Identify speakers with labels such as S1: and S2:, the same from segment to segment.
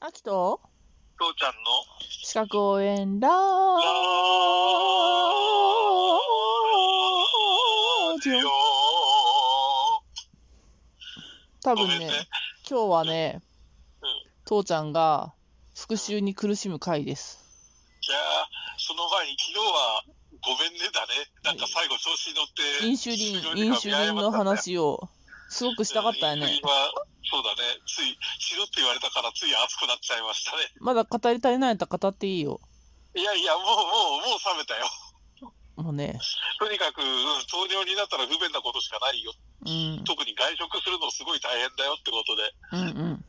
S1: アキト
S2: 父ちゃんの
S1: 資格応援ラジオ多分
S2: ごめん
S1: ね
S2: ね、
S1: 今日はね
S2: うん、
S1: 父ちゃんが復讐に苦しむ回です。
S2: いやーその前に昨日はごめんねだねなんか最後調子に乗って
S1: 飲酒輪、
S2: 終了
S1: 飲酒
S2: 時間見
S1: 輪
S2: 誤
S1: の
S2: ったね
S1: 話を、すごくしたかったよ
S2: うん
S1: ね
S2: 飲酒。輪はそうだねついしろって言われたからつい熱くなっちゃいましたね
S1: まだ語り足りないんだったら語っていいよ。
S2: いやいやもうもうもう冷めたよ
S1: もうね、
S2: とにかくうん糖尿になったら不便なことしかないよ
S1: うん、
S2: 特に外食するのすごい大変だよってことで
S1: うん、うん。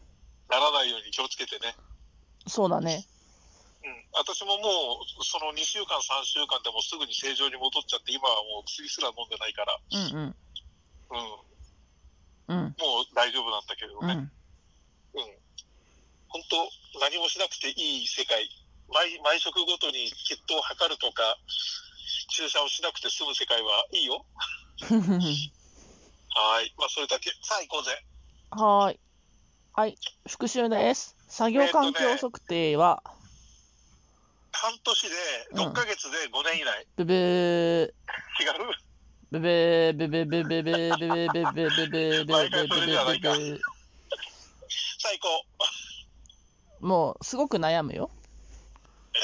S2: ならないように気をつけてね
S1: そうだね。
S2: うん、私ももう、その2週間、3週間でもすぐに正常に戻っちゃって、今はもう薬すら飲んでないから、
S1: うん、うん、う
S2: うん、
S1: ん、
S2: もう大丈夫なんだけど
S1: う
S2: ね、
S1: ん。
S2: うん、本当、何もしなくていい世界毎、毎食ごとに血糖を測るとか、注射をしなくて済む世界はいいよ、はい、まあ、それだけ、さあ、行こうぜ、
S1: はーい。はい、復習です。作業環境測定は、
S2: 半年で、
S1: うん
S2: 6ヶ月で5年以内、
S1: ブブー。
S2: 違う、
S1: ブブーブブーブブーブブーブブーブブーブブーブブーブブーブブーブブー
S2: さあ、行こう、
S1: もうすごく悩むよ
S2: え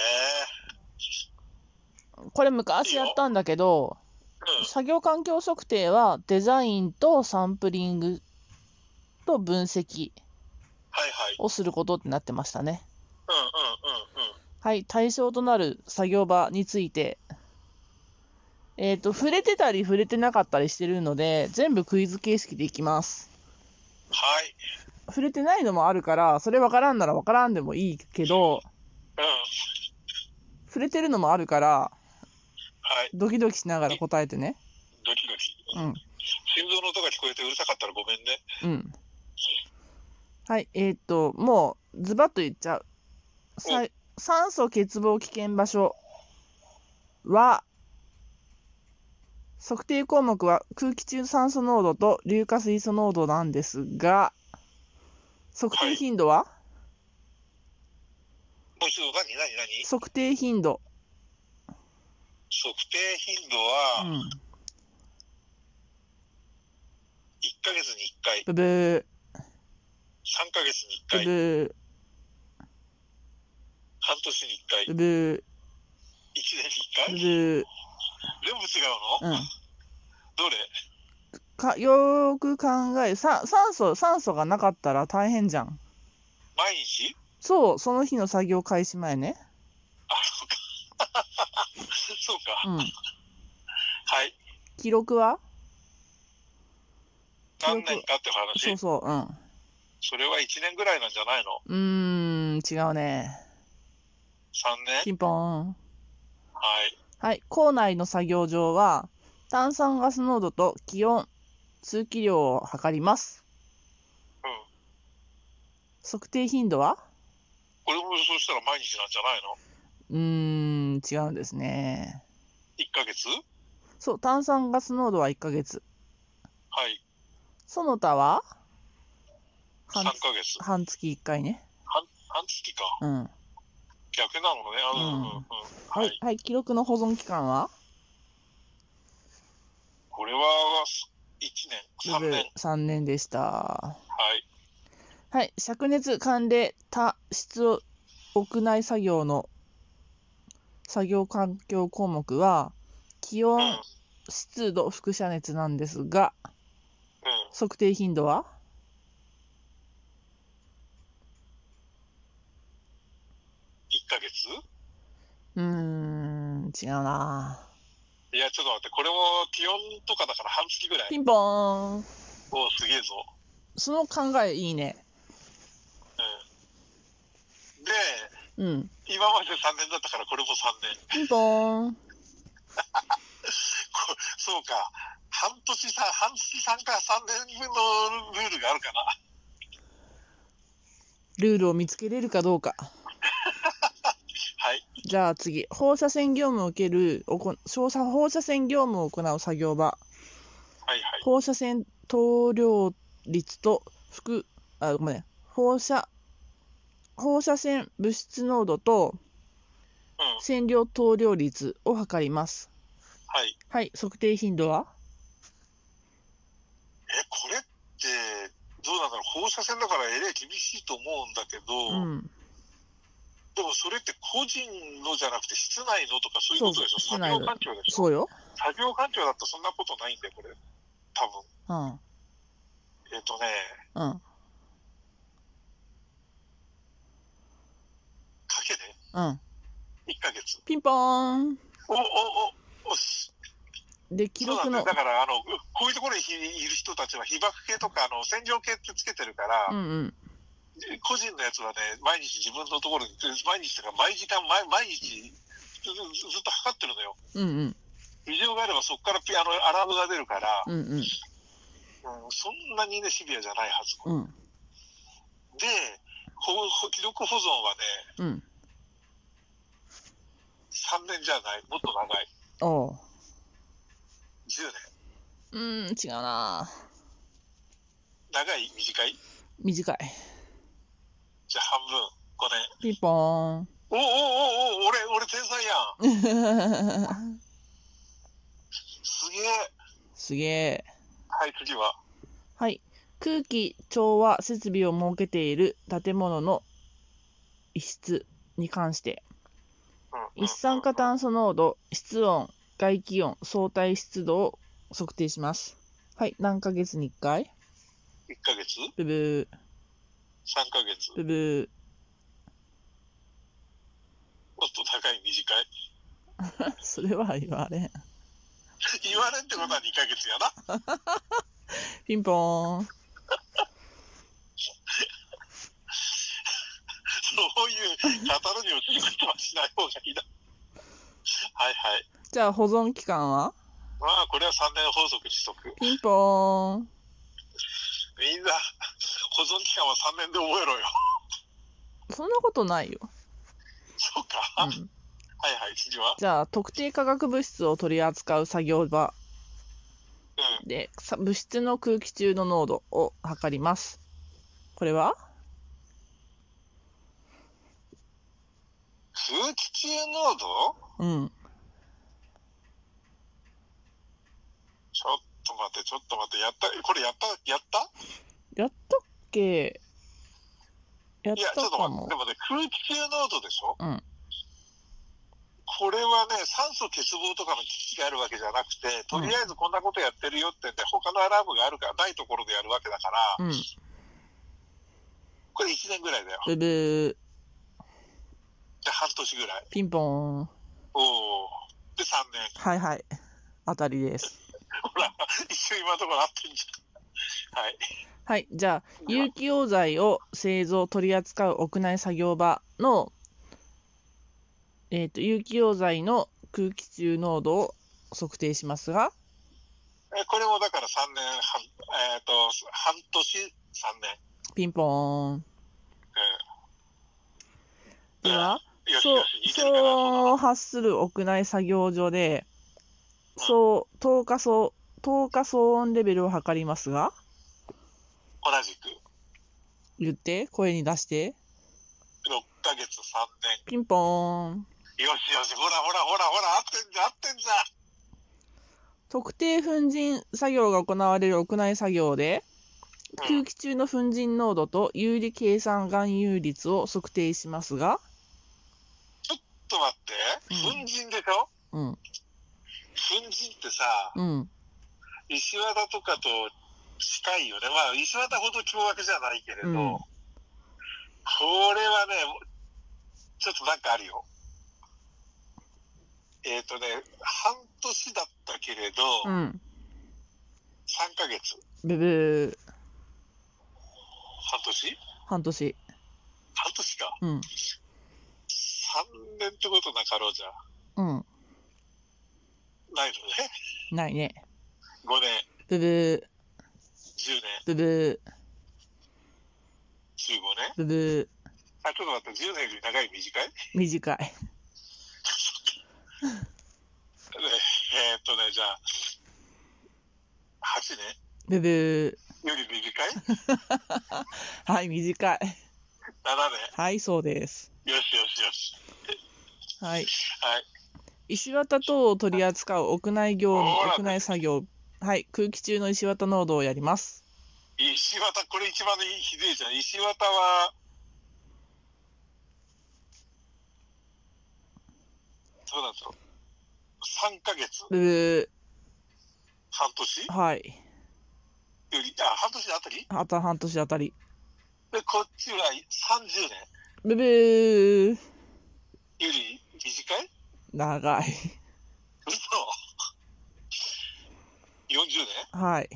S1: これ昔やったんだけど
S2: ー、うん、
S1: 作業環境測定はデザインとサンプリングと分析
S2: はいはい、
S1: をすることってなってましたね
S2: うんうんうんうん、
S1: はい対象となる作業場についてえっ、と触れてたり触れてなかったりしてるので全部クイズ形式でいきます
S2: はい、
S1: 触れてないのもあるからそれわからんならわからんでもいいけど
S2: うん、
S1: 触れてるのもあるから
S2: はい、
S1: ドキドキしながら答えてね。
S2: ドキドキ。
S1: うん。
S2: 心臓の音が聞こえてうるさかったらごめんね。
S1: うん。はい、えーっと、もう、ズバッと言っちゃう。さい酸素欠乏危険場所は、測定項目は空気中酸素濃度と硫化水素濃度なんですが、測定頻度は、
S2: もう一度、何、何、何
S1: 測定頻度。
S2: 測定頻度
S1: う
S2: は
S1: ん。
S2: 1ヶ月に1回、
S1: ブブー、
S2: 3ヶ月に
S1: ブ
S2: 1回、
S1: ブ
S2: 半年に1回、
S1: ー、ブ
S2: 1
S1: ブー、
S2: 年
S1: ブブー。
S2: に1回、全部違う
S1: う
S2: の
S1: ん。
S2: どれ
S1: かよーく考えさ酸素酸素がなかったら大変じゃん
S2: 毎日
S1: そうその日の作業開始前ね
S2: あ、そうか。 そうか。
S1: うん
S2: はい。
S1: 記録は
S2: 何年かって
S1: そ
S2: 話
S1: う。そううん
S2: それは1年ぐらいなんじゃないの
S1: うーん違うね
S2: ?3
S1: ピ
S2: 年
S1: ンポーン
S2: はい。
S1: はい校内の作業場は炭酸ガス濃度と気温通気量を測ります
S2: うん。
S1: 測定頻度は
S2: これもそうしたら毎日なんじゃないの
S1: うーん違うんですね
S2: ?1 ヶ月
S1: そう炭酸ガス濃度は1ヶ月
S2: はい。
S1: その他は
S2: 3
S1: 半
S2: ヶ月。
S1: 半月1回ね
S2: 半半月か。
S1: うん
S2: 逆なのね。あうんうんうん。
S1: は
S2: はいい、。
S1: はい、記録の保存期間は
S2: これは1年、3年。
S1: 3年でした。
S2: はい。
S1: はい、灼熱寒冷多室を屋内作業の作業環境項目は気
S2: うん。う
S1: 温、湿度、輻射熱なんですが
S2: ん。
S1: 測定頻度は
S2: 1ヶ月
S1: うーん違うない
S2: や、ちょっと待って。これも気温とかだから半月ぐらい。
S1: ピンポーン
S2: おすげえぞ。
S1: その考えいいね
S2: うん。で、
S1: うん
S2: 今まで3年だったからこれも3年。
S1: ピンポーン
S2: こそうか。半年さ、半月3から3年分のルールがあるかな。
S1: ルールを見つけれるかどうか
S2: はい。
S1: じゃあ次、放射線業務を受ける、おこ照射放射線業務を行う作業場、
S2: はいはい。
S1: 放射線投量率と副、あ、ごめん、放射放射線物質濃度と
S2: うん。
S1: 線量投量率を測ります。
S2: はい。
S1: はい、測定頻度は
S2: え、これって、どうなんだろう、放射線だからえれい厳しいと思うんだけ
S1: う
S2: ど、
S1: ん。
S2: でもそれって個人のじゃなくて、室内のとかそういうことでしょ、
S1: そう室
S2: 作
S1: 内の
S2: 業環境でしょ。
S1: そうよ。
S2: 作業環境だったらそんなことないんだよ、これ。多分
S1: うん。
S2: えっ、とね、
S1: うん。
S2: かけね、
S1: うん。
S2: 1ヶ月。
S1: ピンポーン。
S2: おおおおす
S1: で、記
S2: そ
S1: 録
S2: うな
S1: の
S2: んだよだ。からあの、こういうところにいる人たちは、被爆系とかあの洗浄系ってつけてるから、
S1: うんうん。
S2: 個人のやつはね、毎日自分のところに、毎日とか、毎時間、毎毎日ず、ずずっと測ってるのよ。
S1: うんうん。
S2: 異常があれば、そこからピあのアラームが出るから、
S1: うんうん。
S2: うんそんなにね、シビアじゃないはず。
S1: うん。
S2: で、ほほ記録保存はね、
S1: うん。
S2: 3年じゃない、もっと長い、
S1: おう。
S2: 10
S1: うーん、
S2: 年。
S1: 違うな
S2: 長い、短い、
S1: 短い。
S2: じゃあ半分、5年。
S1: ピンポーン。
S2: おおおおお、俺、俺天才やん。すげえ。
S1: すげえ。
S2: はい、次は。
S1: はい。空気調和設備を設けている建物の一室に関して、
S2: うんうん
S1: 一酸化炭素濃度、室温、外気温、相対湿度を測定します。はい。何ヶ月に1回
S2: 1ヶ月
S1: ブブ
S2: ?3 ヶ月
S1: ー、ブブ
S2: もっと高い、短い。
S1: ー。 それは言われん。
S2: 言われんってことは2ヶ月やな。
S1: ピンポーン。
S2: そういう語るにを聞くことはしない方がいいな。はいはい。
S1: じゃあ保存期間は
S2: まあ、これは3年法則にしとく。
S1: ピンポーン。
S2: みんな、保存期間は3年で覚えろよ。
S1: そんなことないよ。
S2: そうか。
S1: う
S2: はい
S1: ん、
S2: はい、次は。
S1: じゃあ特定化学物質を取り扱う作業場
S2: うん。
S1: でさ物質の空気中の濃度を測ります。これは
S2: 空気中濃度
S1: うん。
S2: ちょっと待って、ちょっと待って。やった、これやった、やった
S1: やったっけやっ
S2: いや、ちょ
S1: た
S2: っと
S1: か
S2: 待っ
S1: も
S2: て、で。もね、空気中濃度でしょ
S1: うん
S2: これはね、酸素欠乏とかの危機があるわけじゃなくて、とりあえずこんなことやってるよってんで、他のアラームがあるから、ないところでやるわけだから、
S1: うん。
S2: これ1年ぐらいだよ。
S1: ブブー。
S2: で、半年ぐらい。
S1: ピンポーン。
S2: おお。で、3年。
S1: はいはい。当たりです。
S2: ほら、一瞬今のところ合ってんじゃん。はい。
S1: はい。じゃあ、有機溶剤を製造、取り扱う屋内作業場の、えっ、と、有機溶剤の空気中濃度を測定しますが、
S2: えこれもだから3年半、えっ、と、半年、3年。
S1: ピンポーン。
S2: うん。
S1: では、
S2: うん、よし
S1: そう
S2: よし、いけるかな。
S1: そう発する屋内作業所で、そう、透過層、透過騒音レベルを測りますが、
S2: 同じく、
S1: 言って、声に出して、
S2: 6ヶ月、3年。
S1: ピンポーン。
S2: よしよし、ほらほらほらほら、合ってんじゃん、合ってんじゃん。
S1: 特定粉塵作業が行われる屋内作業で、空気中の粉塵濃度と有利計算含有率を測定しますが、
S2: ちょっと待って、粉塵でしょ
S1: うん、
S2: 粉塵ってさ、
S1: うん、
S2: 石綿とかと近いよね。まあ、石綿ほど凶悪じゃないけれど、
S1: うん
S2: これはね、ちょっとなんかあるよ。えっ、とね、半年だったけれど、
S1: うん、
S2: 3ヶ月、
S1: ブブー、
S2: 半年
S1: 半年、
S2: 半年か。
S1: うん、
S2: 3年ってことなかろうじゃ
S1: うん、
S2: ないのね。
S1: ないね。
S2: 5年、
S1: ブブー、
S2: 10年、
S1: ブブー、ブ
S2: 15年。
S1: ブ
S2: あ、ちょっと待って、10年より長い短い
S1: ー、短い。
S2: ねえーっとね、じゃあ、8年
S1: ブブ
S2: より短い
S1: ー、はい、短い。
S2: 年。
S1: はい、そうです。
S2: よしよしよし。
S1: はい。
S2: はい。
S1: 石綿等を取り扱う屋内業務
S2: ほ、ら
S1: 屋内作業。はい、空気中の石綿濃度をやります。
S2: 石綿、これ一番ひどいじゃん。石綿は、そうなんですよ。3ヶ月、
S1: うー
S2: 半年よ
S1: はい。
S2: り、あ、半年あたり
S1: あと半年あたり。
S2: で、こっちは30年
S1: ブブー
S2: より短い
S1: 長い。
S2: 嘘 ?40 年
S1: はい。
S2: えー、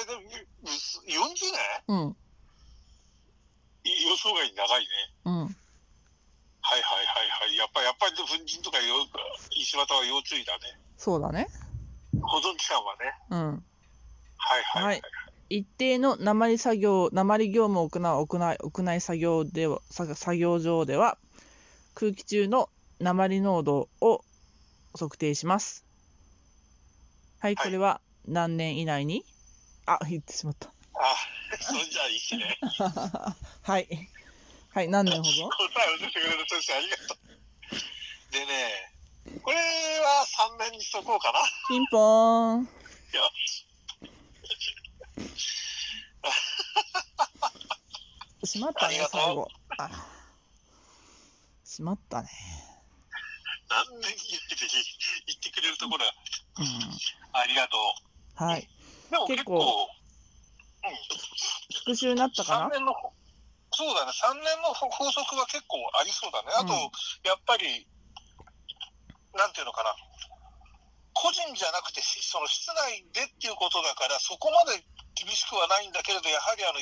S2: えーでも、うす40年
S1: うん。
S2: 予想外に長いね。
S1: うん。
S2: はいはいはいはい。やっぱり、やっぱり、粉塵とかよ、石綿は要注意だね。
S1: そうだね。
S2: 保存期間はね。
S1: うん。
S2: はいはい、はい、
S1: 一定の鉛作業、鉛業務を行う屋内屋内作業では作作業場では、空気中の鉛濃度を測定します。はい、
S2: はい
S1: これは何年以内にあ、言ってしま った。
S2: あ、それじゃあいいし ね。
S1: はい。はい、何年ほど
S2: 答えを出してくれるとしてありがとう。でね、これは3年にしとこうかな。
S1: ピンポーン。
S2: いや。
S1: しまったね
S2: ありが、とう
S1: 最後。あしまったね。
S2: 何年以内で言ってくれるところは
S1: うん。
S2: ありがとう。
S1: はい。
S2: でも
S1: 結
S2: 結
S1: 構
S2: 構、
S1: 復習になったか
S2: 3年の、そうだね、3年の法則は結構ありそうだね。あと、
S1: うん
S2: やっぱり、なんていうのかな、個人じゃなくて、しその室内でっていうことだから、そこまで厳しくはないんだけれど、やはりあの、